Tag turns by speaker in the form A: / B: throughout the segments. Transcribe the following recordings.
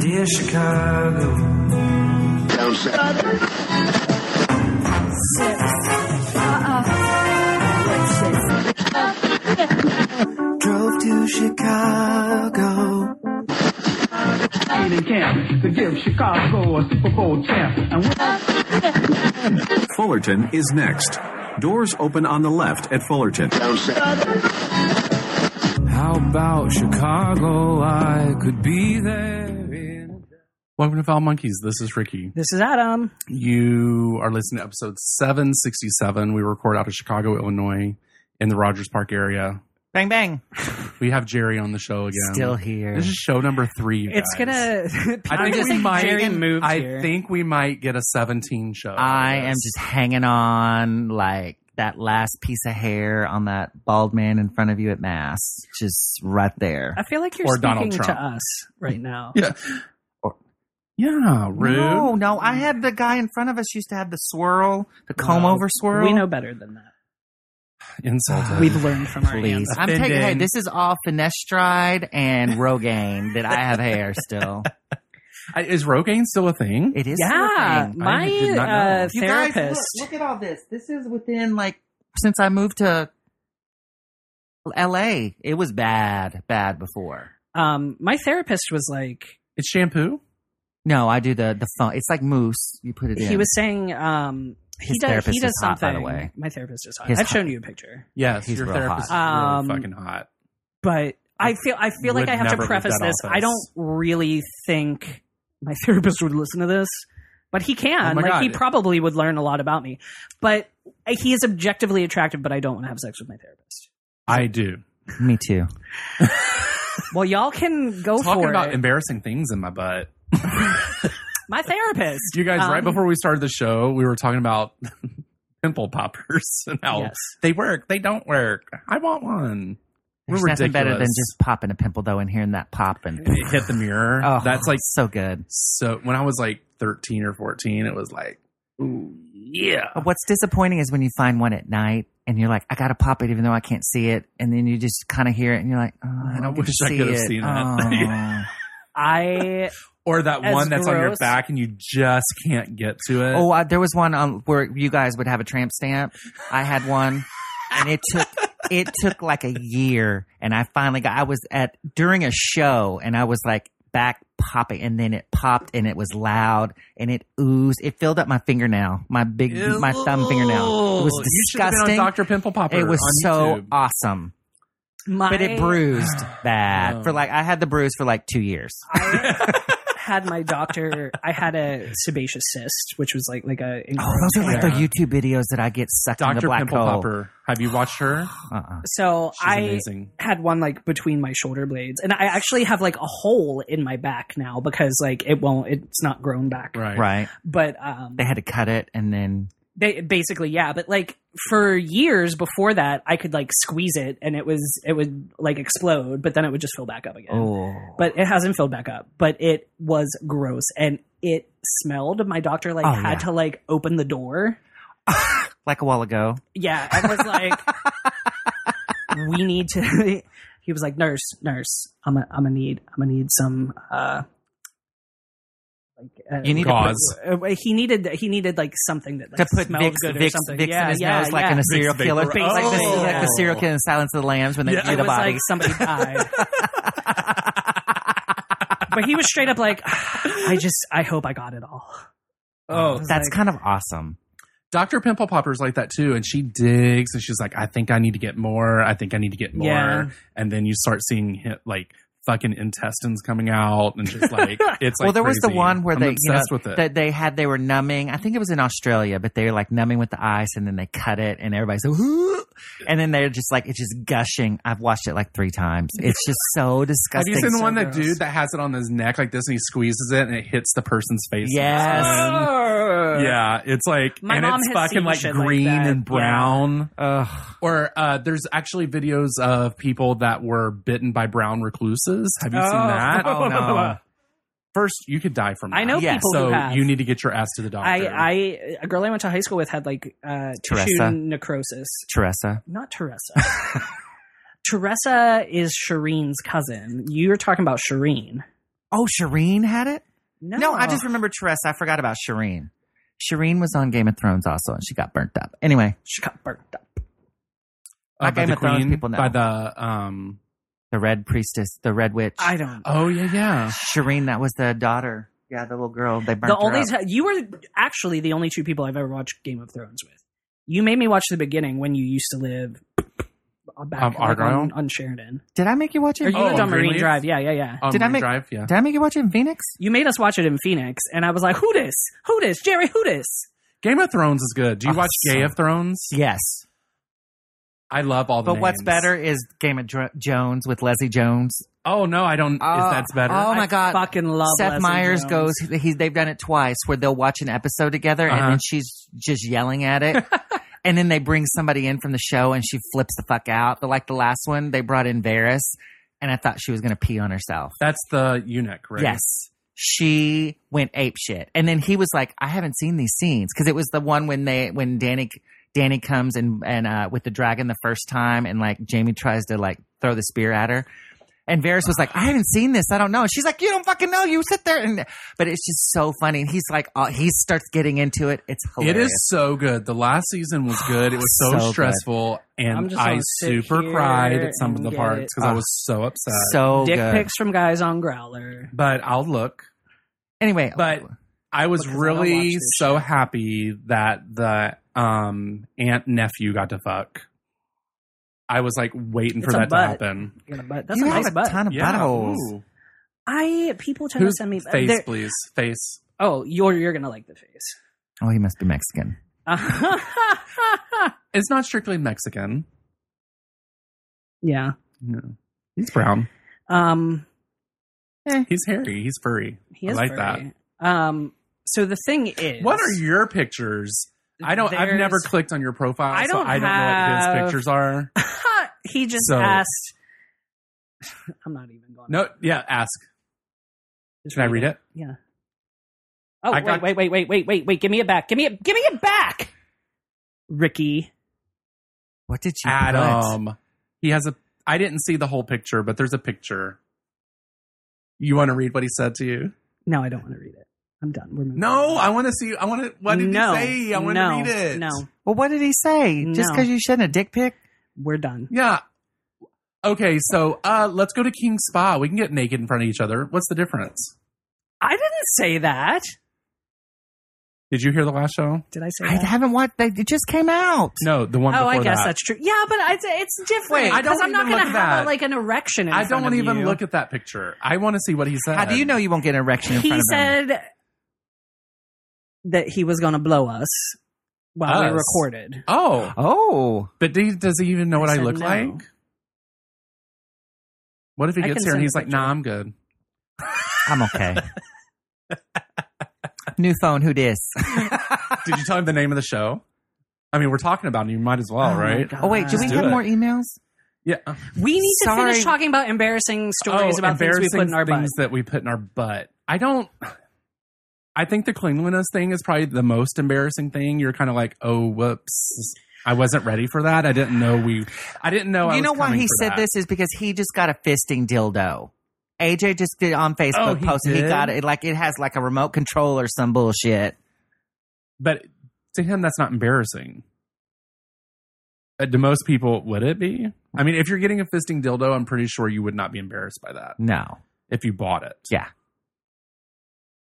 A: Dear Chicago, drove to Chicago.
B: training camp to give Chicago a Super Bowl champ. And when
C: Fullerton is next. Doors open on the left at Fullerton.
A: How about Chicago? I could be there. In...
D: Welcome to Foul Monkeys. This is Ricky.
E: This is Adam.
D: You are listening to episode 767. We record out of Chicago, Illinois, in the Rogers Park area.
E: Bang bang.
D: We have Jerry on the show again.
E: Still here.
D: This is show number three. you
E: It's
D: guys.
E: gonna.
D: I think we might.
E: Jerry moved
D: I
E: here.
D: think we might get a 17 show.
F: I am just hanging on like that last piece of hair on that bald man in front of you at mass, just right there.
E: I feel like you're
D: Or
E: speaking
D: Donald
E: to
D: Trump.
E: us right now.
D: Yeah. Yeah, rude.
F: No, no, I had the guy in front of us used to have the swirl, the comb
E: Well,
F: over swirl.
E: We know better than that.
D: Insulted.
E: We've learned from our
F: Uh, Please,
E: answers.
F: I'm taking. Hey,
D: Offending.
F: this is all finasteride and Rogaine that I have hair still.
D: I- is Rogaine still a thing?
F: It is. still a
E: Yeah,
F: thing.
E: my
D: did not know.
E: uh,
F: You guys, look,
E: therapist.
F: look at all this. This is within like since I moved to L.A. It was bad, bad before.
E: um, my therapist was like,
D: It's shampoo.
F: No, I do the the phone. It's like mousse. You put it in.
E: he was saying, um, he
F: His
E: does. He
F: therapist
E: does
F: is hot,
E: something.
F: by the way.
E: My therapist is hot.
F: His
E: I've
F: hot-
E: shown you a picture,
D: Yes,
F: He's
D: your
F: real
D: therapist
E: hot.
D: is really
E: Um,
D: fucking hot.
E: but I feel I feel like
D: Would
E: I have
D: never
E: to
D: leave
E: preface
D: that
E: this. I
D: office.
E: don't really think my therapist would listen to this, but he
D: Oh
E: can.
D: my
E: like he
D: God.
E: probably would learn a lot about me. But he is objectively attractive. But I don't want to have sex with my therapist.
D: I do.
F: Me too.
E: Well, y'all can go
D: Talking
E: for
D: about
E: it.
D: embarrassing things in my butt.
E: my therapist.
D: You guys,
E: Um,
D: right before we started the show, we were talking about pimple poppers and how
E: Yes.
D: they work, they don't work. I want one.
F: There's
D: We're
F: nothing better than
D: ridiculous.
F: just popping a pimple though and hearing that pop and
D: It hit the mirror.
F: oh,
D: That's like
F: so good.
D: so. When I was like thirteen or fourteen, it was like, ooh, yeah.
F: But what's disappointing is when you find one at night and you're like, I gotta pop it even though I can't see it, and then you just kind of hear it and you're like, oh, I don't
D: I
F: get
D: wish
F: to
D: I
F: see
D: could have
F: it.
D: seen that.
F: oh.
E: I
D: Or that
E: As
D: one that's on your
E: gross.
D: back and you just can't get to it.
F: Oh, I, there was one on where you guys would have a tramp stamp. I had one, and it took it took like a year, and I finally got. I was at during a show, and I was like back popping, and then it popped, and it was loud, and it oozed. It filled up my fingernail, my big, my thumb fingernail. It was
D: You should have been on
F: disgusting.
D: Dr. Pimple Popper.
F: It was
D: on
F: so
D: YouTube.
F: awesome,
E: my
F: but it bruised bad
D: Oh.
F: for like I had the bruise for like two years.
E: I had my doctor. I had a sebaceous cyst, which was like like a.
F: Oh, those are like
D: Yeah.
F: the YouTube videos that I get sucked in the
D: Dr.
F: black
D: Pimple
F: hole.
D: Popper. Have you watched her?
F: Uh-uh.
E: so
D: She's
E: I
D: amazing.
E: had one like between my shoulder blades, and I actually have like a hole in my back now because like it won't. It's not grown back.
D: Right.
F: Right.
E: But um,
F: they had to cut it and then
E: they basically yeah. But like for years before that, I could like squeeze it, and it was it would like explode, but then it would just fill back up again.
F: oh
E: but it hasn't filled back up. But it was gross and it smelled. My doctor like
F: Oh,
E: had
F: yeah.
E: to like open the door.
F: like a while ago
E: Yeah, I was like, we need to. He was like, nurse, nurse, I'm a, I'm gonna need, I'm gonna need some. uh like, uh,
F: You need to
D: Gauze.
E: uh, he needed he needed like something that like,
F: to put
E: smelled
F: Vicks,
E: good or
F: Vicks,
E: something.
F: Vicks
E: yeah,
F: in his
E: yeah,
F: nose like
E: yeah.
F: in a serial
D: Vicks
F: killer
D: vapor.
F: like, the,
E: Oh.
F: like the serial killer in Silence of the Lambs when they
D: Yeah.
F: do
E: It
F: the
E: was
F: body
E: like somebody died. but he was straight up like, I just, I hope I got it all.
D: Oh,
F: that's
E: like-
F: kind of awesome
D: Dr. Pimple Popper's like that too, and she digs and she's like, I think I need to get more. I think I need to get more.
E: Yeah.
D: And then you start seeing hi- like fucking intestines coming out and just like it's like
F: well there was the
D: crazy.
F: one where
D: I'm
F: they you know,
D: obsessed with it.
F: that they had they were numbing I think it was in Australia but they were like numbing with the ice and then they cut it and everybody's like "Ooh," and then they're just like it's just gushing I've watched it like three times it's just so
D: have
F: disgusting
D: you seen the
E: so
D: one that
E: gross.
D: dude that has it on his neck like this and he squeezes it and it hits the person's face?
F: Yes.
D: Um,
E: yeah.
D: yeah, it's like
E: My
D: and
E: mom
D: it's
E: has
D: fucking
E: seen
D: like
E: shit like
D: green
E: that.
D: and brown.
F: Ugh.
D: Or uh, there's actually videos of people that were bitten by brown recluses. Have you seen
E: Oh.
D: that?
F: oh no
D: First, you could die from.
E: I know
D: That.
F: Yeah,
E: people
D: so
E: who have.
D: you need to get your ass to the doctor. Uh,
E: I, I, a girl I went to high school with had like uh, tissue
F: Teresa.
E: necrosis.
F: Teresa
E: Not Teresa. Teresa is Shireen's cousin. You're talking about Shireen.
F: Oh, Shireen had it?
E: No,
F: No, I just remember Tress. I forgot about Shireen. Shireen was on Game of Thrones also, and she got burnt up. Anyway,
E: she got burnt up.
F: Like
D: by
F: Game
D: the
F: of Thrones
D: Queen,
F: people know.
D: by the um.
F: the Red Priestess, the Red Witch.
E: I don't.
D: Oh yeah, yeah.
F: Shireen, that was the daughter. Yeah, the little girl. They burnt
E: the
F: her
E: only
F: up.
E: ti- you were actually the only two people I've ever watched Game of Thrones with. You made me watch the beginning when you used to live uh, back
F: Um,
D: Of
E: like,
D: Argyle?
E: on, on Sheridan.
F: Did I make you watch
E: Or
F: it?
E: you
D: Oh,
E: lived on
D: on
E: Marine
D: Greenleaf?
E: Drive. Yeah, yeah, yeah.
D: On
F: Did I
D: Moon
F: make-
D: Um, Drive? Yeah.
F: Did I make you watch it in Phoenix?
E: You made us watch it in Phoenix, and I was like, "Who this? Who this? Jerry, who this?"
D: Game of Thrones is good. Do you
F: Oh,
D: watch Gay
F: so-
D: of Thrones?
F: Yes.
D: I love all the.
F: But what's
D: names.
F: better is Game of Dr- Jones with Leslie Jones.
D: Oh no, I don't.
E: Uh,
D: if that's better.
F: Oh my
E: I
F: God.
E: Fucking love
F: Seth
E: Leslie
F: Meyers
E: Jones.
F: goes. He's they've done it twice where they'll watch an episode together
D: Uh-huh.
F: and then she's just yelling at it, and then they bring somebody in from the show and she flips the fuck out. But like the last one, they brought in Varys, and I thought she was gonna pee on herself.
D: that's the eunuch, right?
F: Yes. She went ape shit. And then he was like, I haven't seen these scenes because it was the one when they when Danny Danny comes and and uh with the dragon the first time and like Jamie tries to like throw the spear at her. And Varys was like, I haven't seen this. I don't know. And she's like, you don't fucking know. You sit there and but it's just so funny. And he's like, oh, he starts getting into it. It's
D: It
F: hilarious.
D: is so good. The last season was good. It was so,
F: So good.
D: stressful,
E: I'm
D: and
E: just
D: I
E: gonna sit
D: super
E: here
D: cried at some of
E: and
D: the
E: get
D: parts
E: it.
D: because I
F: Ah.
D: was so upset.
F: so
E: Dick
F: good.
E: pics from guys on Growler.
D: but I'll look.
F: Anyway,
D: But I was
E: Because I don't watch
D: really
E: this
D: so happy that the um aunt nephew got to fuck. I was like waiting
E: It's
D: for
E: a
D: that to
E: butt.
D: happen.
E: You got a butt. That's
F: you
E: a
F: have
E: nice
F: a
E: butt.
F: ton of
D: Yeah.
F: buttholes.
D: Ooh.
E: I people tend
D: Who's
E: to send me uh,
D: face,
E: they're-
D: please. Face.
E: Oh, you're you're gonna like the face.
F: Oh, he must be Mexican.
D: It's not strictly Mexican.
E: yeah.
D: No. He's brown.
E: Um.
D: He's hairy. He's furry.
E: He
D: I
E: is
D: like
E: furry. Um. So the thing is,
D: What are your pictures? I don't. I've
E: there's-
D: never clicked on your profile,
E: I
D: so
E: don't
D: I don't know what
E: have-
D: his pictures are.
E: he just
D: So-
E: asked. I'm not even going.
D: No, yeah. Ask.
E: Just
D: Can I read it?
E: Yeah. Oh
D: I
E: wait,
D: got-
E: wait, wait, wait, wait, wait, wait! Give me it back! Give me it! Give me it back! Ricky,
F: What did you put?
D: Adam. He has a. I didn't see the whole picture, but there's a picture. You want to read what he said to you?
E: no, I don't want to read it. I'm done. We're moving.
D: No,
E: on.
D: I want to see. I want to. What did
E: no,
D: he say? I want
E: no,
D: to read it.
E: No,
F: Well, what did he say? Just
E: No.
F: because you sent a dick pic?
E: we're done.
D: Yeah. Okay, so uh, let's go to King Spa. We can get naked in front of each other. What's the difference?
E: I didn't say that.
D: Did you hear the last show?
E: Did I say
F: I
E: that?
F: haven't watched. They, it just came out.
D: No, the one.
E: oh,
D: before
E: I guess
D: that.
E: that's true. Yeah, but I, it's different.
D: Wait, I don't
E: because I'm not
D: even look
E: gonna
D: at
E: have
D: that.
E: a, like an erection. In
D: I don't
E: front
D: want to
E: of
D: even
E: you.
D: look at that picture. I want to see what he said.
F: How do you know you won't get an erection in
E: he
F: front of him?
E: said that he was going to blow us while
D: Us?
E: we recorded.
D: Oh,
F: "Oh,
D: but do- does he even know what I,
E: said
D: look
E: no.
D: like? What if he
E: I
D: gets
E: can
D: here and
E: send
D: he's like,
E: a
D: "Nah, I'm good."
F: I'm okay." New phone, who dis?
D: Did you tell him the name of the show? I mean, we're talking about it. You might as well,
E: Oh my
D: right?
E: God.
F: Oh wait, do we
D: Let's do
F: have
D: it.
F: more emails?
D: Yeah.
E: We need to
F: Sorry.
E: finish talking about embarrassing stories
D: oh,
E: about things we put in our
D: embarrassing
E: butt.
D: things that we put in our butt. I don't. I think the cleanliness thing is probably the most embarrassing thing. You're kind of like, oh, whoops, I wasn't ready for that. I didn't know we. I didn't know.
F: you
D: I was
F: know why
D: coming
F: he
D: for
F: said
D: that.
F: this is because he just got a fisting dildo. AJ just did on
D: Oh,
F: Facebook
D: he
F: posted he
D: did?
F: got it like it has like a remote control or some bullshit.
D: but to him that's not embarrassing Uh, to most people would it be i mean if you're getting a fisting dildo i'm pretty sure you would not be embarrassed by that
F: No,
D: if you bought it
F: Yeah.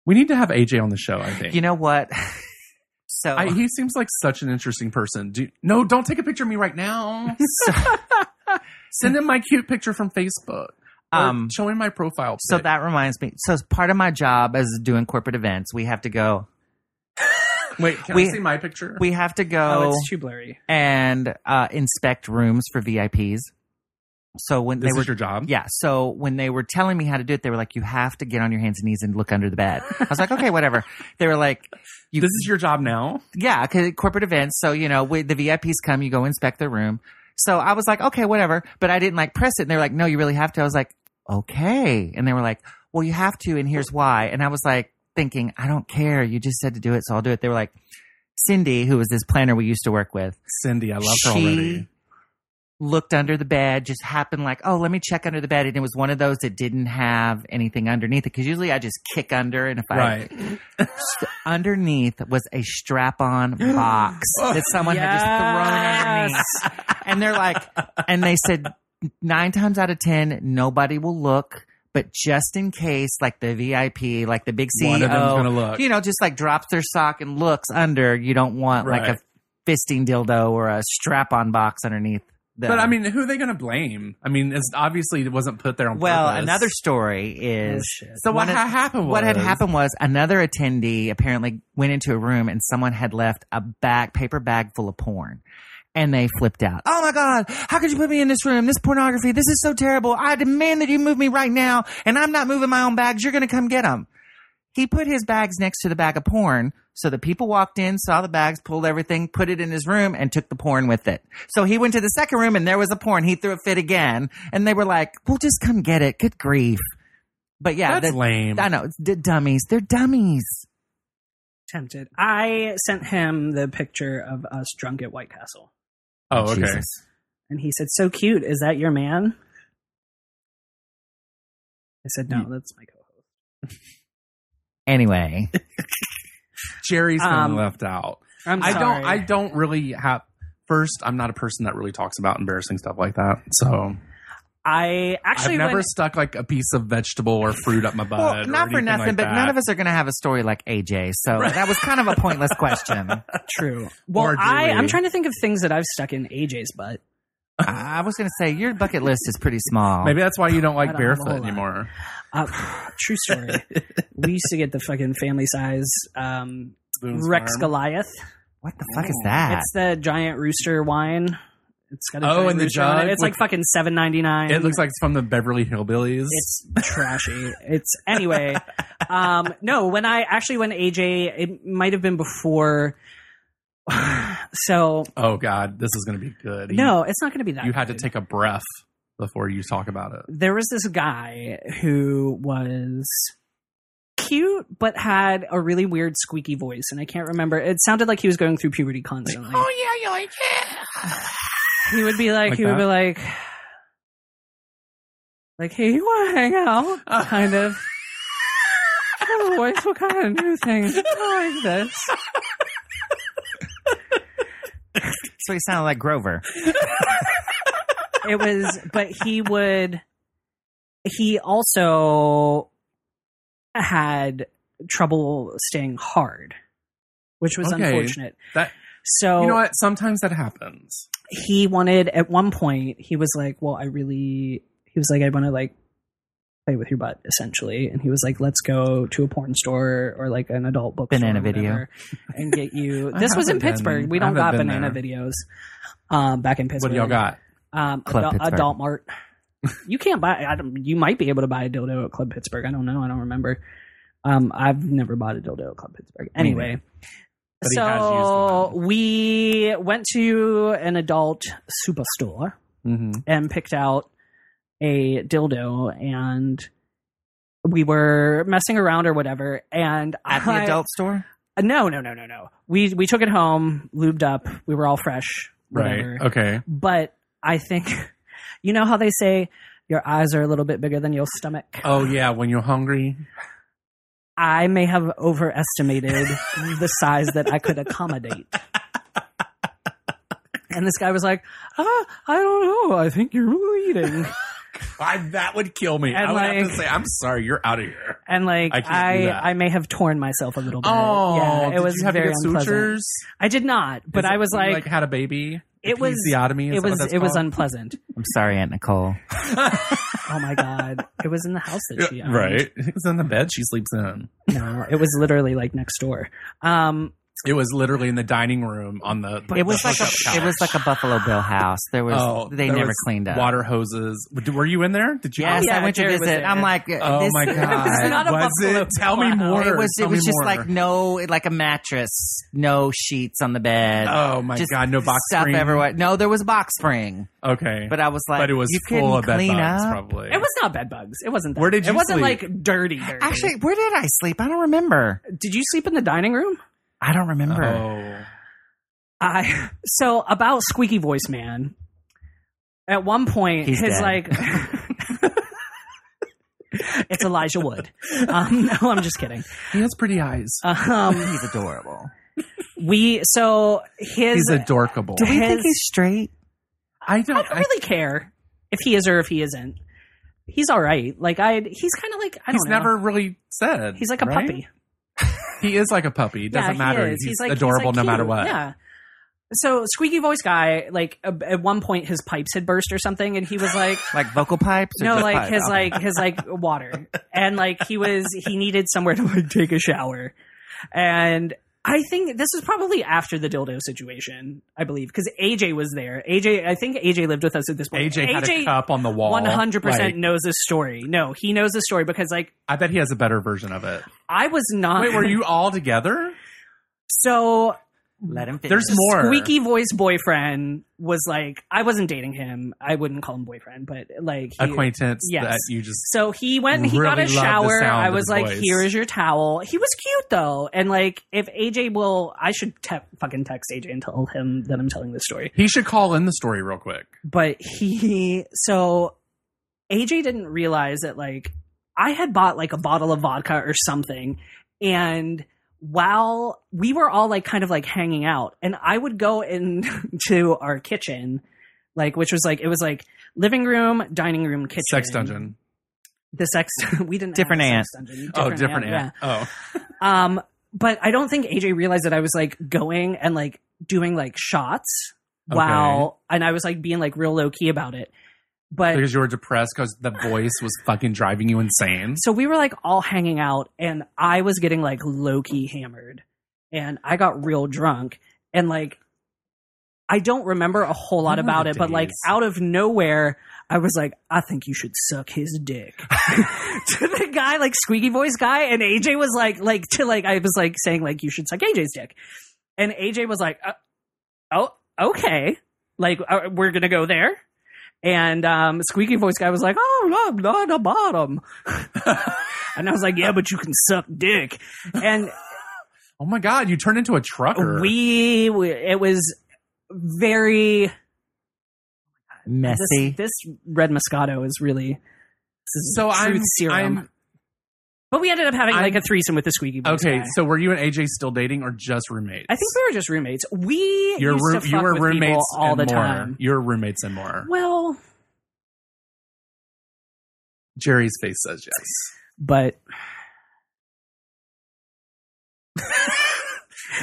D: we need to have aj on the show i think
F: you know what? so
D: I, he seems like such an interesting person Do, no don't take a picture of me right now send him my cute picture from facebook um
F: Um,
D: show him my profile
F: So
D: pic.
F: that reminds me. So as part of my job as doing corporate events, we have to go.
D: wait can
F: we-
D: i see my picture
F: We have to
E: Oh,
F: go
E: it's too blurry.
F: and uh, inspect rooms for VIPs. So when
D: this
F: they were
D: is your job
F: yeah, so when they were telling me how to do it, they were like, "You have to get on your hands and knees and look under the bed." I was like, "Okay, whatever." They were like, you-
D: this is your job now
F: yeah, cause corporate events. So, you know, we, the VIPs come, you go inspect their room. So I was like, okay, whatever. But I didn't like press it. And they were like, no, you really have to. I was like, okay. And they were like, well, you have to. And here's why. And I was like thinking, I don't care. You just said to do it. So I'll do it. They were like, Cindy, who was this planner we used to work with,
D: cindy i love her
F: she
D: already
F: looked under the bed, just happened like, oh, let me check under the bed. And it was one of those that didn't have anything underneath it. Cause usually I just kick under and if I,
D: Right.
F: underneath was a strap on box
D: Oh,
F: that someone had just thrown at me. And they're like, and they said nine times out of 10, nobody will look. But just in case, like the VIP, like the big E CEO,
D: One of them's gonna look.
F: you know, just like drops their sock and looks under, you don't want like
D: Right.
F: a fisting dildo or a strap on box underneath. The,
D: But I mean, who are they going to blame? I mean, it's obviously it wasn't put there on
F: well,
D: purpose.
F: another story is
D: So what
F: one of-
D: ha- happened?
F: Oh,
D: Was,
F: What had happened was another attendee apparently went into a room and someone had left a bag, paper bag full of porn. And they flipped out. Oh my God. How could you put me in this room? This pornography. This is so terrible. I demand that you move me right now. And I'm not moving my own bags. You're going to come get them. He put his bags next to the bag of porn. So the people walked in, saw the bags, pulled everything, put it in his room and took the porn with it. So he went to the second room and there was a porn. He threw a fit again and they were like, we'll just come get it. Good grief. But yeah,
D: That's
F: the-
D: lame.
F: I know. It's d- dummies. They're dummies.
E: Tempted. I sent him the picture of us drunk at White Castle.
D: oh, okay.
F: Jesus.
E: And he said, So cute. Is that your man? I said, No, that's my co host.
F: Anyway,
D: Jerry's been
E: Um,
D: left out.
E: I'm
D: I
E: sorry.
D: don't. I don't really have. First, I'm not a person that really talks about embarrassing stuff like that. So
E: I actually
D: I've never
E: went-
D: stuck like a piece of vegetable or fruit up my butt.
F: well,
D: or
F: not for
D: anything
F: nothing,
D: like
F: but
D: that.
F: none of us are going to have a story like AJ. So that was kind of a pointless question.
E: true. Well,
D: do
E: I,
D: we?
E: I'm trying to think of things that I've stuck in AJ's butt.
F: I I was going to say your bucket list is pretty small.
D: Maybe that's why you don't
E: I
D: like
E: don't have a whole
D: barefoot
E: lot.
D: anymore.
E: Uh, true story. we used to get the fucking family size um, Rex Goliath.
F: what the fuck is that?
E: It's the giant rooster wine. It's got a
D: Oh,
E: giant
D: and the
E: rooster on it.
D: jug
E: It's like
D: with-
E: fucking seven ninety nine.
D: It looks like it's from the Beverly Hillbillies.
E: it's trashy. It's anyway. Um, no, when I actually when AJ, it might have been before. so
D: oh God, this is going to be good. You-
E: no, it's not going to be that.
D: you had to
E: good.
D: take a breath before you talk about it.
E: There was this guy who was cute but had a really weird squeaky voice and i can't remember it sounded like he was going through puberty constantly
F: Oh, yeah, you're like
E: he would be like,
D: Like
E: he would be like like hey you want to hang out
F: Uh.
E: kind of oh voice what kind of new things like this
F: So he sounded like Grover.
E: it was but he would he also had trouble staying hard which was
D: Okay.
E: unfortunate
D: That
E: so
D: you know what? Sometimes that happens.
E: he wanted at one point he was like well i really he was like i want to like play with your butt essentially and he was like let's go to a porn store or like an adult book
F: Banana
E: store or
F: Video.
E: whatever and get you
D: I
E: this was in
D: haven't been-
E: pittsburgh
D: I
E: we don't
D: haven't
E: got
D: been
E: banana
D: there.
E: videos um back in
D: What
E: pittsburgh
D: do y'all got?
E: um
F: Club
E: adult,
F: Pittsburgh.
E: adult mart you can't buy I don't, you might be able to buy a dildo at club pittsburgh i don't know i don't remember um i've never bought a dildo at club pittsburgh anyway
D: But he has
E: so
D: used
E: we went to an adult superstore
D: Mm-hmm.
E: and picked out a dildo and we were messing around or whatever and
F: At the
E: I-
F: adult store?
E: no no no no no we we took it home lubed up we were all fresh
D: Right.
E: whatever.
D: Okay.
E: but i think you know how they say your eyes are a little bit bigger than your stomach
D: Oh yeah, when you're hungry.
E: i may have overestimated the size that i could accommodate and this guy was like ah, i don't know i think you're overeating
D: I, that would kill me.
E: And
D: I would have
E: like-
D: to say, I'm sorry, you're out of here.
E: and like
D: I
E: I,
D: can't do that.
E: I, may have torn myself a little bit. yeah, it
D: Oh, did
E: was
D: you have to
E: very
D: get
E: unpleasant.
D: sutures?
E: I did not, but
D: Is
E: I
D: it-
E: was
D: you,
E: like,
D: had a baby.
E: it was-
D: episiotomy. Is
E: it
D: that what
E: was it
D: that's
E: was
D: called?
E: unpleasant.
F: I'm sorry, Aunt Nicole.
E: Oh my god, it was in the house that she
D: Yeah,
E: owned.
D: right. It was in the bed she sleeps in.
E: No, it was literally like next door. Um,
D: It was literally in the dining room on the. the
F: It was
D: the
F: like a
D: hookup couch.
F: it was like a Buffalo Bill house. There was
D: Oh,
F: they
D: there
F: never
D: was
F: cleaned up.
D: water hoses. Were you in there? Did you?
F: Yes,
E: Oh, yeah,
F: I went to
E: Jerry was
F: visit.
E: there.
F: I'm like, uh,
D: Oh
F: this-
D: my god!
E: was not a
D: was
E: Buffalo
D: it? Tell me
E: Wild
D: more.
E: House.
F: It was
D: Tell
F: it was
D: me
F: just
D: more.
F: like no like a mattress, no sheets on the bed.
D: Oh my
F: just
D: god! No box
F: stuff
D: spring.
F: everywhere. No, there was a box spring,
D: Okay,
F: but I was like,
D: but it was
F: you couldn't
D: full of bed
F: clean
D: bugs
F: up.
D: probably.
E: it was not bed bugs. It wasn't. That.
D: Where did
E: It
D: you
E: wasn't
D: sleep?
E: like dirty, dirty.
F: Actually, where did I sleep? I don't remember.
E: did you sleep in the dining room?
F: I don't remember.
D: Oh.
E: I so about squeaky voice man. At one point,
F: He's
E: his
F: dead.
E: like. it's Elijah Wood. Um, no, I'm just kidding.
D: He has pretty eyes. Oh.
E: Um,
F: He's adorable.
E: we so his.
D: He's adorkable.
F: Do we think
E: His-
F: he's straight?
D: I
E: I
D: don't.
E: don't really care if he is or if he isn't. He's all right. Like I, he's kind of like I
D: I-
E: don't
D: he's
E: know.
D: never really said.
E: He's like a
D: right?
E: puppy.
D: He is like a puppy. It
E: Yeah,
D: doesn't
E: he
D: matter.
E: is.
D: He's, adorable
E: he's,
D: no
E: like,
D: matter
E: cute.
D: what.
E: Yeah. So squeaky voice guy, like a- at one point his pipes had burst or something, and he was like,
F: Like vocal pipes? or
E: no,
F: just
E: like
F: pipes?
E: his
F: Okay.
E: like his like water, and like he was he needed somewhere to like take a shower, and I think this is probably after the dildo situation, I believe, because AJ was there. AJ, I think AJ lived with us at this point.
D: AJ, had a cup on the wall.
E: One hundred percent
D: Like,
E: knows this story. No, he knows the story because like
D: I bet he has a better version of it.
E: I was not.
D: Wait, were you all together?
E: so
F: Let him finish.
D: There's more.
E: squeaky voice boyfriend was like I wasn't dating him. I wouldn't call him boyfriend, but like he-
D: acquaintance
E: Yes.
D: that you just
E: So he went and he got
D: Really
E: a
D: love the
E: shower.
D: sound
E: I
D: of
E: was
D: his
E: like,
D: voice.
E: here is your towel. He was cute though. And like, if AJ will, I should te- fucking text AJ and tell him that I'm telling this story.
D: he should call in the story real quick.
E: But he, so AJ didn't realize that like I had bought like a bottle of vodka or something. And while we were all like kind of like hanging out, and I would go into our kitchen, like, which was like, it was like living room, dining room, kitchen.
D: Sex dungeon.
E: the sex we didn't
F: Different
E: have a
F: aunt.
E: sex dungeon.
D: oh, different aunt. Oh,
E: Yeah. um but i don't think aj realized that i was like going and like doing like shots
D: Okay.
E: while and i was like being like real low-key about it but
D: because you were depressed because the voice was fucking driving you insane.
E: so we were like all hanging out and i was getting like low-key hammered and i got real drunk and like i don't remember a whole lot about it but like
D: Nowadays.
E: out of nowhere i was like i think you should suck his dick to the guy like squeaky voice guy and aj was like like to like i was like saying like you should suck aj's dick and aj was like uh, oh okay like uh, we're gonna go there and um squeaky voice guy was like oh no not a bottom and i was like yeah but you can suck dick and
D: Oh my god, you turned into a trucker.
E: we we- it was very
F: Messy.
E: this, this red moscato is really this is
D: so
E: truth
D: I'm,
E: serum
D: I'm
E: but we ended up having like
D: I'm-
E: a threesome with the squeaky voice
D: okay.
E: guy.
D: So were you and AJ still dating or just roommates?
E: I think we were just roommates. We
D: Your
E: used
D: roo-
E: to
D: you
E: fuck
D: were
E: with
D: roommates
E: people all
D: and
E: the
D: more.
E: time.
D: You were roommates and more.
E: Well,
D: Jerry's face says yes.
E: but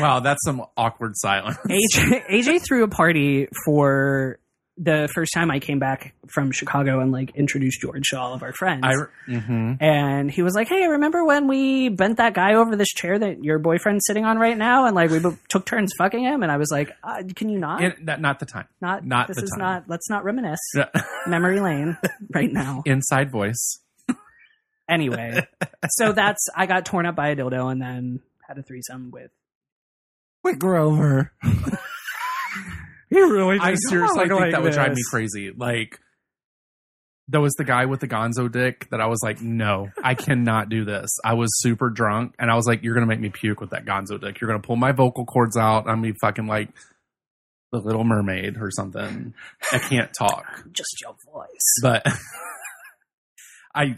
D: Wow, that's some awkward silence.
E: AJ, AJ threw a party for the first time I came back from Chicago and like introduced George to all of our friends.
D: I
F: Mm-hmm.
D: mhm.
E: and he was like, "Hey, remember when we bent that guy over this chair that your boyfriend's sitting on right now, and like we bo- took turns fucking him?" And I was like, uh, "Can you not?
D: In- that- not the time.
E: not,
D: not
E: this
D: the
E: is
D: time.
E: not. Let's not reminisce. Memory lane right now.
D: Inside voice.
E: Anyway, so that's I got torn up by a dildo and then had a threesome with.
F: With Grover.
E: You really?
D: I seriously think that would drive me crazy. Like, there was the guy with the gonzo dick that I was like, no, I cannot do this. I was super drunk and I was like, you're going to make me puke with that gonzo dick. You're going to pull my vocal cords out. I'm going to be fucking like the little mermaid or something. I can't talk.
E: Just your voice.
D: But I.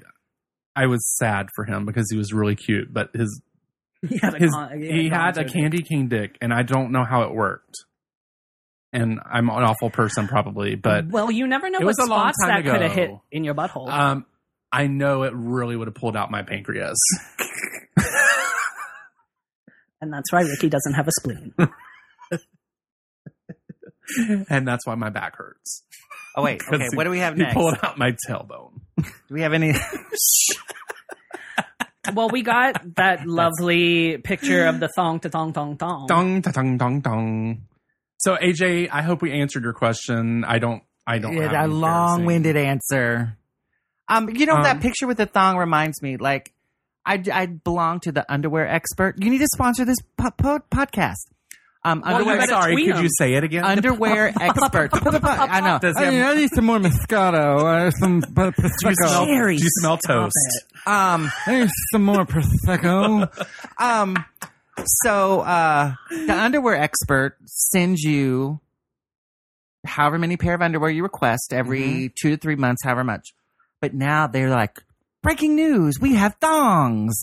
D: I was sad for him because he was really cute, but his
E: He had a,
D: his-
E: con-
D: he had a
E: gonzo
D: candy cane dick, and I don't know how it worked. And I'm an awful person, probably, but
E: well, you never know
D: It
E: what
D: was a long
E: spots
D: time
E: that could have
D: ago.
E: hit in your butthole.
D: Um, I know it really would have pulled out my pancreas.
E: and that's why Ricky doesn't have a spleen.
D: and that's why my back hurts.
F: Oh, wait. Okay,
D: Because
F: what do we have
D: He
F: next?
D: pulled out my tailbone.
F: Do we have any?
E: well, we got that lovely picture of the thong to thong thong thong.
D: Dong, ta dong, dong, dong. So AJ, I hope we answered your question. I don't. I don't. have
F: Yeah, a
D: any
F: long-winded
D: embarrassing-
F: answer. Um, you know that
D: Um,
F: picture with the thong reminds me. Like, I I belong to the underwear expert. You need to sponsor this po- po- podcast. Um,
D: Well,
F: underwear.
D: I'm sorry.
E: tweet
D: Could you
E: him.
D: say it again?
F: Underwear expert. I know. Oh,
D: Does he have-
F: I need some more Moscato. Uh, some Prosecco.
E: Jerry,
D: Do you smell
E: stop
D: toast?
E: it.
F: Um, there's some more prosecco. Um, so uh, the underwear expert sends you however many pair of underwear you request every two to three months, however much. But now they're like, breaking news, we have thongs.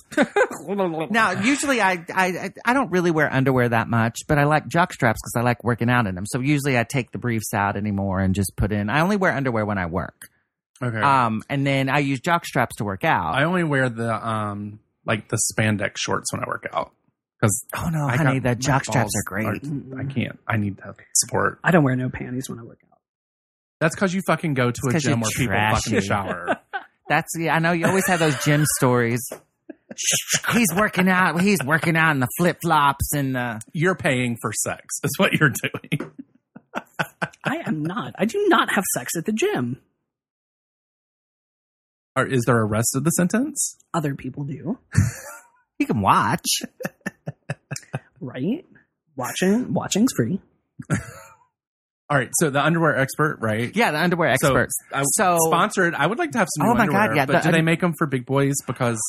F: now, usually I, I, I- I don't really wear underwear that much, but I like jock straps because I like working out in them. So usually I take the briefs out anymore and just put in, I only wear underwear when I work.
D: Okay.
F: Um, and then I use jock straps to work out.
D: I only wear the um like the spandex shorts when I work out because
F: oh no,
D: I
F: honey, the
D: got- my
F: jock straps
D: balls
F: are great.
D: I can't. I need that support.
E: I don't wear no panties when I work out.
D: That's because you fucking go to
F: It's
D: a
F: 'cause
D: gym where
F: you're
D: people fucking
F: trashy.
D: shower.
F: That's yeah, I know you always have those gym stories. he's working out. He's working out in the flip flops and the.
D: you're paying for sex. Is what you're doing.
E: I am not. I do not have sex at the gym.
D: Or is there a rest of the sentence?
E: Other people do,
F: You can watch.
E: right? Watching, watching's free.
D: All right. So the underwear expert, right?
F: Yeah, the underwear
D: So,
F: experts.
D: I,
F: So-
D: sponsored. I would like to have some. New
F: Oh my God,
D: underwear,
F: yeah,
D: But
F: the
D: do they
F: un-
D: make them for big boys? Because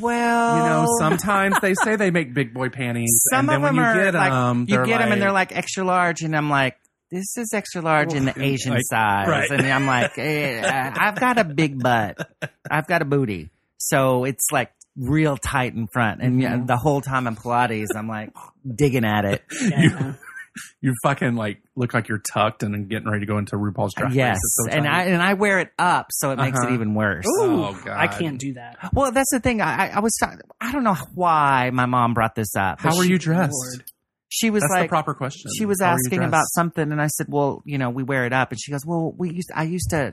F: well,
D: you know, sometimes they say they make big boy panties.
F: Oh. some
D: and then
F: of them
D: when
F: are
D: you get
F: like
D: them,
F: you get them and they're like extra large, and I'm like, this is extra large in the
D: Oof,
F: Asian
D: like,
F: size,
D: right.
F: and I'm like, eh, I- I've got a big butt, I've got a booty, so it's like real tight in front, and
D: Mm-hmm.
F: yeah, the whole time in Pilates, I'm like digging at it.
E: Yeah.
D: you fucking like look like you're tucked and then getting ready to go into RuPaul's drag race.
F: yes,
D: It's so
F: and I
D: tight.
F: and I wear it up, so it makes
D: Uh-huh.
F: it even worse.
E: Ooh,
D: Oh, God.
E: I can't do that.
F: Well, that's the thing. I, I- I was talk- I don't know why my mom brought this up. but
D: How are
F: she-
D: you dressed?
E: Lord.
F: She was
D: That's
F: like,
D: the proper question.
F: she was
D: How are you
F: asking
D: dressed?
F: about something, and I said, "Well, you know, we wear it up." And she goes, "Well, we used I used to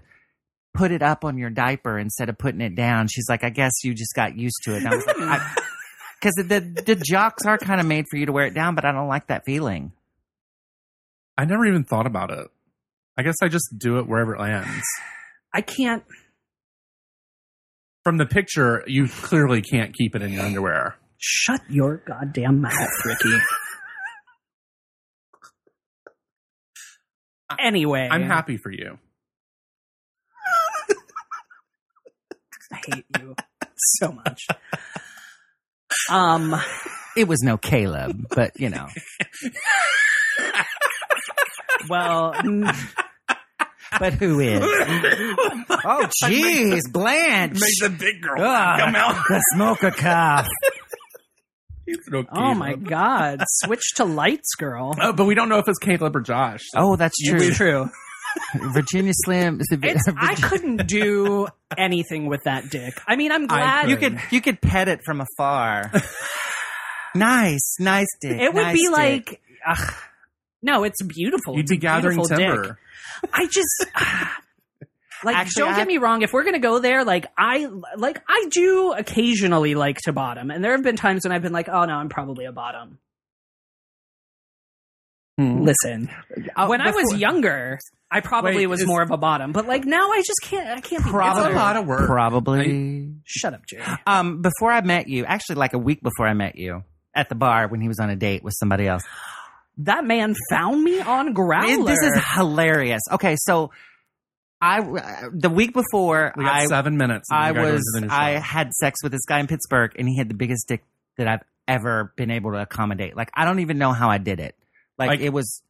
F: put it up on your diaper instead of putting it down." She's like, "I guess you just got used to it." And I was like, I, "Because the the jocks are kind of made for you to wear it down, but I don't like that feeling."
D: I never even thought about it. I guess I just do it wherever it lands.
E: I can't.
D: From the picture, you clearly can't keep it in your underwear.
E: Shut your goddamn mouth, Ricky. anyway,
D: I'm happy for you.
E: I hate you so much. Um,
F: It was no Caleb, but you know,
E: well, mm,
F: but who is? oh, jeez, Blanche,
D: the big girl
F: Ah,
D: out.
F: the smoker cough.
E: oh my god, switch to lights, girl.
D: Oh, but we don't know if it's Caleb or Josh.
F: Oh, that's true.
E: True.
F: Virginia Slim. is it-
E: It's, I
F: Virginia-
E: couldn't do anything with that dick. I mean, I'm glad
F: you could you could pet it from afar. nice, nice dick.
E: it would
F: nice
E: be
F: dick.
E: like. Ugh, no, it's beautiful.
D: You'd
E: It's
D: be
E: a
D: gathering
E: beautiful dick.
D: timber.
E: I just ah. like
F: Actually,
E: don't
F: I-
E: get me wrong. If we're gonna go there, like I like I do occasionally like to bottom, and there have been times when I've been like, oh no, I'm probably a bottom.
D: Hmm.
E: Listen,
F: Oh,
E: when I was
F: before-
E: younger, I probably
D: Wait,
E: was
D: is-
E: more of a bottom, but like now I just can't. I can't.
D: That's
E: Be
D: a
E: bothered.
D: lot of work.
F: probably
E: Shut up, Jerry.
F: um before I met you, actually like a week before I met you at the bar when he was on a date with somebody else.
E: That man found me on Growler.
F: This is hilarious. Okay, so I uh, the week before
D: We got
F: I
D: seven minutes. and
F: I
D: we gotta go
F: was
D: into the new show.
F: I had sex with this guy in Pittsburgh, and he had the biggest dick that I've ever been able to accommodate. Like I don't even know how I did it. Like,
D: Like-
F: it was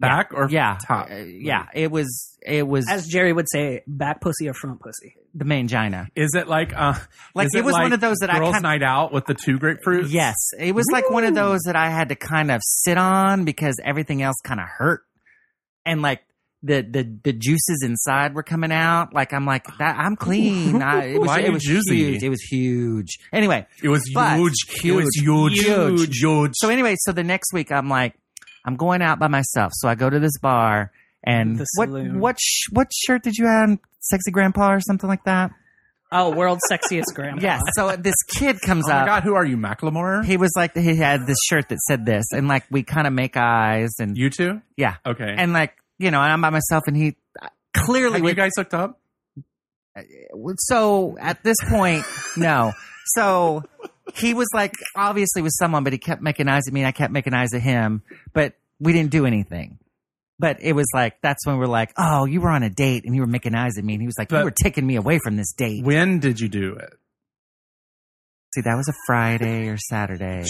D: back or
F: yeah
D: top.
F: Uh, yeah it was it was
E: as Jerry would say, back pussy or front pussy.
F: the mangina.
D: Is it like uh
F: Like,
D: is
F: it was
D: like
F: one of those that I
D: girls'
F: kinda-
D: night out with the two grapefruits?
F: Yes, it was like one of those that I had to kind of sit on because everything else kind of hurt, and like the the the juices inside were coming out. Like I'm like that. I'm clean. I, it was,
D: Why are
F: it
D: you
F: was
D: juicy?
F: huge. It was huge. Anyway,
D: It was
F: But-
D: huge. It was huge.
F: Huge.
D: Huge.
F: so anyway, so the next week I'm like, I'm going out by myself. So I go to this bar and
E: The
F: what
E: saloon.
F: what sh- what shirt did you have? Sexy grandpa or something like that.
E: Oh, world's sexiest grandma.
F: Yes. So this kid comes
D: oh
F: up.
D: my god, who are you, Macklemore?
F: He was like he had this shirt that said this, and like we kind of make eyes and
D: you two?
F: yeah.
D: Okay.
F: and like you know, and I'm by myself, and he uh, clearly
D: Have you
F: would,
D: guys hooked up?
F: so at this point, no. So he was like obviously with someone, but he kept making eyes at me, and I kept making eyes at him, but we didn't do anything. But it was like that's when we're like, oh, you were on a date and you were making eyes at me, and he was like,
D: But-
F: you were taking me away from this date.
D: When did you do it?
F: See, that was a Friday or Saturday.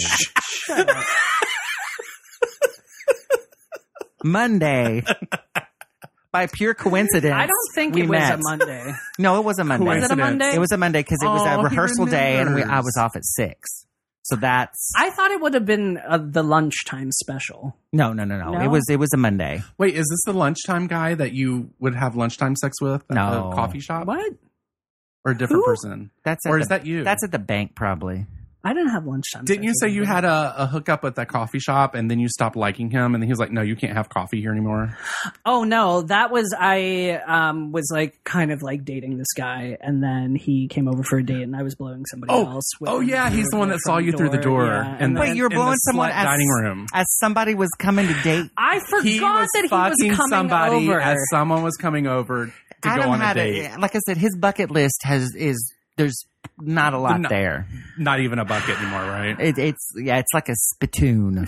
F: Monday. by pure coincidence.
E: I don't think
F: we
E: it
F: met.
E: was a Monday.
F: No, it was a Monday.
E: Was it a Monday?
F: It was a Monday because it was
D: Oh,
F: a
D: he
F: rehearsal day, and we, I
D: remembers.
F: was off at six. So that's
E: I thought it would have been uh, the lunchtime special.
F: no, no, no, no,
E: No?
F: It was it was a Monday.
D: Wait, is this the lunchtime guy that you would have lunchtime sex with at
F: No.
D: the coffee shop?
E: What?
D: Or a different
E: Who?
D: person?
F: That's at
D: Or
F: the,
D: is that you?
F: That's at the bank probably.
E: I didn't have lunchtime.
D: Didn't you
E: specials.
D: say you had a, a hookup at that coffee shop and then you stopped liking him and then he was like, no, you can't have coffee here anymore?
E: Oh no, that was I um was like kind of like dating this guy, and then he came over for a date, and I was blowing somebody
D: Oh.
E: else. with
D: Oh,
E: him
D: yeah.
E: through
D: He's the one that saw you through the
E: front
D: door.
E: Yeah,
D: and
E: then-
F: Wait, you were
D: in the
F: blowing someone
D: slut
F: as-
D: dining room.
F: As somebody was coming to date,
E: I forgot that he was coming
D: somebody
E: over.
D: as someone was coming over to
F: Adam
D: go on a
F: had
D: date.
F: like I said, his bucket list has is there's not a lot
D: No.
F: there.
D: Not even a bucket anymore, right?
F: It, it's yeah, it's like a spittoon.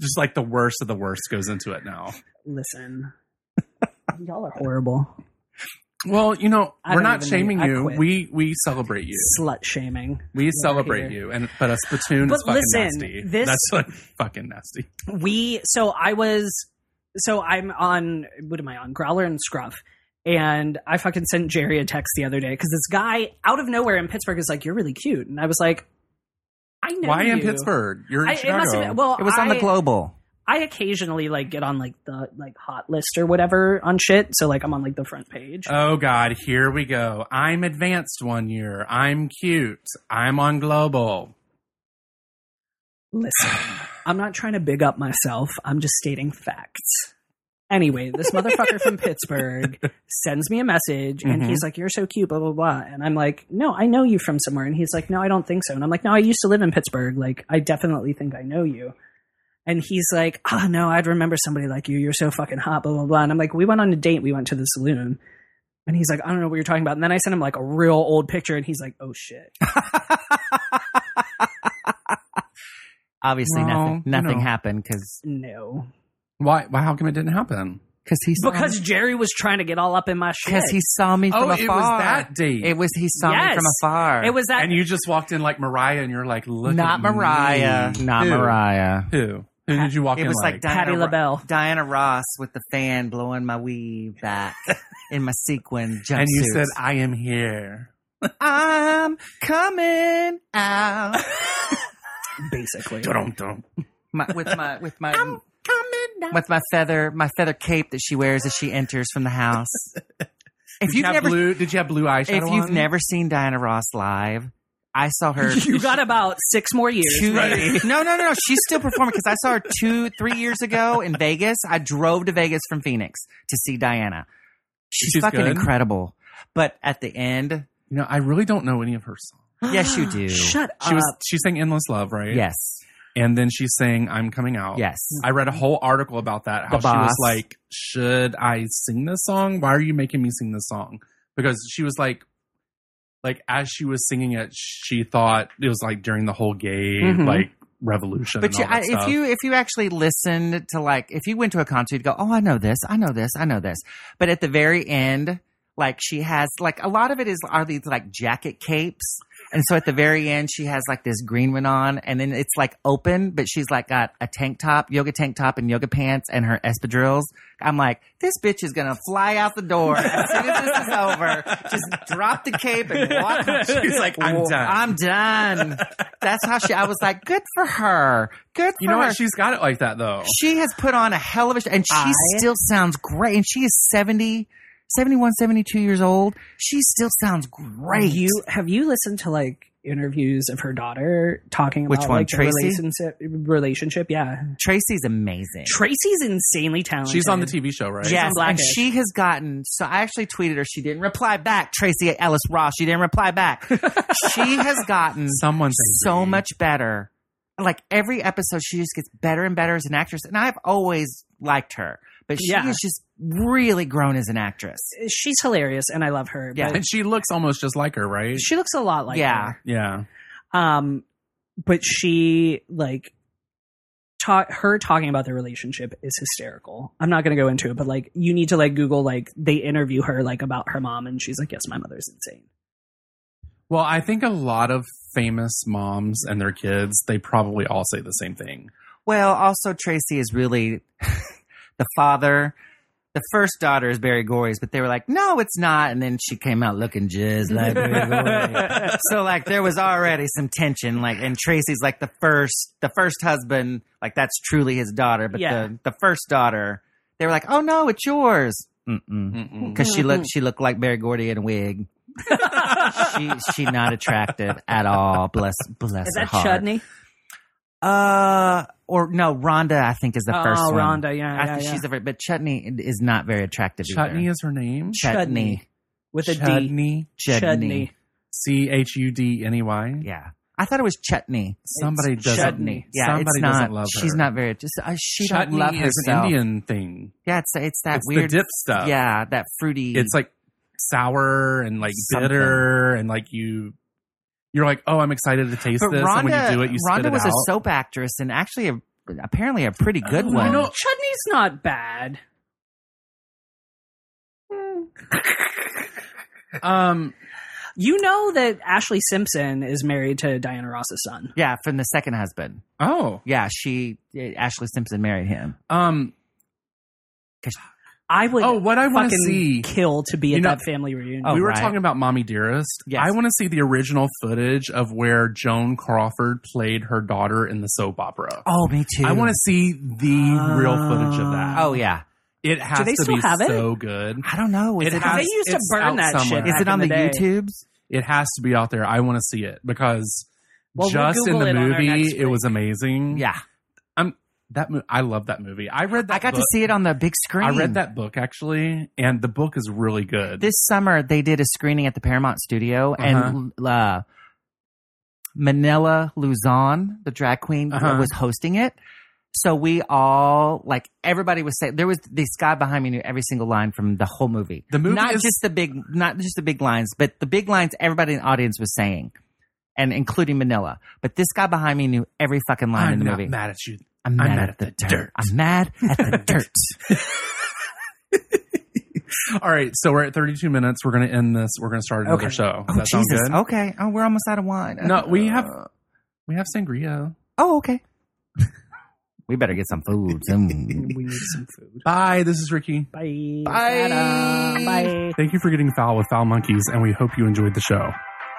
D: Just like the worst of the worst goes into it now.
E: Listen, y'all are horrible.
D: Well, you know,
E: I
D: we're
E: don't
D: not
E: even
D: shaming
E: know you. I
D: you.
E: quit.
D: We we celebrate you.
E: Slut shaming.
D: We celebrate
E: here.
D: you. And but a spittoon is
E: But
D: fucking
E: listen,
D: nasty.
E: this-
D: That's like fucking nasty.
E: we so I was so I'm on what am I on Growler and Scruff. And I fucking sent Jerry a text the other day because this guy out of nowhere in Pittsburgh is like, "You're really cute," and I was like, "I know."
D: Why in
E: you.
D: Pittsburgh? You're in
E: I, it
D: Chicago.
E: must have been, well,
F: It was on the
E: I-
F: global.
E: I occasionally like get on like the like hot list or whatever on shit. So like I'm on like the front page.
D: Oh God, here we go. I'm advanced one year. I'm cute. I'm on global.
E: Listen, I'm not trying to big up myself. I'm just stating facts. Anyway, this motherfucker from Pittsburgh sends me a message and
D: Mhm.
E: he's like, You're so cute, blah, blah, blah. And I'm like, No, I know you from somewhere. And he's like, No, I don't think so. And I'm like, No, I used to live in Pittsburgh. Like, I definitely think I know you. And he's like, Oh, no, I'd remember somebody like you. You're so fucking hot, blah, blah, blah. And I'm like, We went on a date. We went to the saloon. And he's like, I don't know what you're talking about. And then I sent him like a real old picture and he's like, Oh shit.
F: Obviously,
D: Well,
F: nothing
D: you
F: nothing
D: know.
F: happened because
E: No.
D: Why? Why? How come it didn't happen?
F: because he saw
E: Because Jerry was trying to get all up in my shit.
F: because he saw me from
D: oh,
F: afar.
D: it was that date.
F: It was he saw me
E: Yes.
F: from afar.
E: It was that.
D: and you just walked in like Mariah, and you're like, look,
F: not
D: at
F: Mariah,
D: me.
F: not
D: Who?
F: Mariah.
D: Who? Who did you walk
F: It
D: in
F: was like, Diana
E: Patti
F: Ro-
E: LaBelle.
F: Diana Ross with the fan blowing my weave back in my sequin jumpsuit.
D: and you said, "I am here."
F: "I'm coming out
E: basically.
D: Dun-dun-dun.
F: my, with my with my with my feather my feather cape that she wears as she enters from the house." if
D: Did you
F: you've
D: have
F: never
D: blue? Did you have blue eyeshadow?
F: if you've
D: on?
F: never seen Diana Ross live, I saw her.
E: You got about six more years.
F: two
E: right?
F: years. No, no, no, no. She's still performing because I saw her two, three years ago in Vegas. I drove to Vegas from Phoenix to see Diana. She's,
D: She's
F: fucking
D: good?
F: incredible. But at the end,
D: you know, I really don't know any of her songs.
F: yes, you do.
E: Shut
D: She
E: up.
D: was
F: Uh,
D: she sang "Endless Love," right?
F: Yes,
D: And then she sang "I'm Coming Out."
F: yes.
D: I read a whole article about that.
F: The
D: How she
F: boss.
D: was like, "Should I sing this song? Why are you making me sing this song?" Because she was like, like as she was singing it, she thought it was like during the whole gay
E: Mhm.
D: like revolution.
F: Mm-hmm. But
D: and
F: you,
D: all that
F: I, if
D: stuff.
F: you if you actually listened to like if you went to a concert, you'd go, oh, I know this, I know this, I know this. But at the very end, like she has like a lot of it is are these like jacket capes. And so at the very end, she has like this green one on, and then it's like open, but she's like got a tank top, yoga tank top, and yoga pants, and her espadrilles. I'm like, this bitch is gonna fly out the door as soon as this is over. Just drop the cape and walk.
D: She's like, "I'm done."
F: I'm done. That's how she. I was like, good for her. Good for
D: you know
F: her.
D: what? She's got it like that though.
F: She has put on a hell of a show, and she
E: I-
F: still sounds great. And she is 70, 71, 72 years old. She still sounds great.
E: You have you listened to like interviews of her daughter talking
F: Which
E: about
F: one,
E: like the
F: Tracy?
E: relationship? Relationship, yeah.
F: Tracy's amazing.
E: Tracy's insanely talented.
D: She's on the TV show, right?
F: Yes, and
E: Blackish.
F: she has gotten. So I actually tweeted her. She didn't reply back. Tracy Ellis Ross. She didn't reply back. she has gotten
D: Someone thinks
F: so
D: me.
F: much better. Like every episode, she just gets better and better as an actress. And I've always liked her, but she
E: Yeah.
F: has just really grown as an actress.
E: She's hilarious, and I love her.
F: Yeah.
E: but
D: And she looks almost just like her, right?
E: she looks a lot like
F: Yeah.
E: her.
D: Yeah.
E: um but she like ta- her talking about their relationship is hysterical i'm not going to go into it but like you need to like google like they interview her like about her mom and she's like yes my mother's insane
D: Well, I think a lot of famous moms and their kids, they probably all say the same thing.
F: Well, also Tracy is really the father the first daughter is Barry Gorys, but they were like, no, it's not. And then she came out looking just like Barry Gorys. so like there was already some tension. Like, and Tracy's like the first, the first husband, like that's truly his daughter. But
E: Yeah.
F: the, the first daughter, they were like, oh no, it's yours. Mm-mm.
D: Mm-mm.
F: Cause she
E: Mm-hmm.
F: looked, she looked like Barry Gordy in a wig. she, she not attractive at all. Bless, bless
E: Is
F: her
E: that
F: heart.
E: Chudney?
F: Uh, or no, Rhonda, I think is the
E: Oh,
F: first one.
E: Rhonda, yeah,
F: I
E: yeah,
F: think
E: yeah.
F: she's the first, but Chutney is not very attractive
D: Chutney
F: either.
D: is her name.
F: Chutney.
E: With a D.
D: Chutney.
F: Chutney.
D: C H U D N E Y.
F: Yeah. I thought it was Chutney.
D: Somebody doesn't.
F: Chutney. Yeah,
D: somebody
F: it's not.
D: doesn't love her.
F: she's not very. Just uh, she
D: Chutney
F: don't love
D: is
F: herself.
D: an Indian thing.
F: Yeah, it's it's that
D: it's
F: weird.
D: the dip stuff.
F: Yeah, that fruity.
D: it's like sour and like
F: Something.
D: bitter and like you. You're like, oh, I'm excited to taste
F: but
D: this.
F: Rhonda,
D: and when you do it, you
F: Rhonda
D: spit it
F: was
D: out.
F: a soap actress and actually a, apparently a pretty good
D: Oh,
F: one.
D: I
E: No, Chudney's not bad.
D: um,
E: You know that Ashley Simpson is married to Diana Ross's son.
F: Yeah, from the second husband.
D: oh,
F: Yeah, she uh, Ashley Simpson married him.
D: um,
E: I would
D: oh, what I want to
E: fucking
D: see.
E: kill to be
D: You
E: at
D: know-
E: that family reunion.
F: Oh,
D: we were
F: right.
D: talking about Mommy Dearest.
F: Yes.
D: I want to see the original footage of where Joan Crawford played her daughter in the soap opera.
F: Oh, me too.
D: I want to see the real footage of that.
F: Oh yeah.
D: it has
E: Do they
D: to
E: still
D: be
E: have it?
D: so good.
F: I don't know. Is
D: It
F: it,
D: has-
E: they used to
D: it's out
E: burn that
D: somewhere.
E: shit.
F: is
E: back
F: it on the,
E: in day.
F: YouTubes?
D: It has to be out there. I want to see it because
E: Well, we'll
D: just in
E: Google
D: the
E: it on our next
D: movie, it
E: break.
D: was amazing.
F: Yeah,
D: that mo- I love that movie. I read that.
F: I got
D: book.
F: to see it on the big screen.
D: I read that book actually, and the book is really good.
F: this summer. They did a screening at the Paramount Studio, and uh, Manila Luzon, the drag queen, uh,
D: Uh-huh.
F: was hosting it. So we all like everybody was saying there was this guy behind me knew every single line from the whole movie.
D: The movie
F: not
D: is-
F: just the big, not just the big lines, but the big lines everybody in the audience was saying, and including Manila. But this guy behind me knew every fucking line
D: I'm
F: in the
D: not
F: movie.
D: mad at you.
F: I'm mad, at, the, dirt. I'm mad at the dirt.
D: All right, so we're at 32 minutes. We're going to end this. We're going to start another
F: Okay.
D: show.
F: Oh
D: Does that sound
F: Jesus.
D: good?
F: Okay. Oh, we're almost out of wine.
D: No, we have we have sangria.
F: Oh, okay. we better get some food. soon.
E: We need some food.
D: Bye. This is Ricky.
E: Bye.
F: Bye.
E: Ta-da. Bye.
D: Thank you for getting foul with Foul Monkeys, and we hope you enjoyed the show.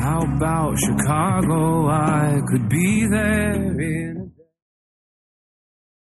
A: How about Chicago? I could be there in a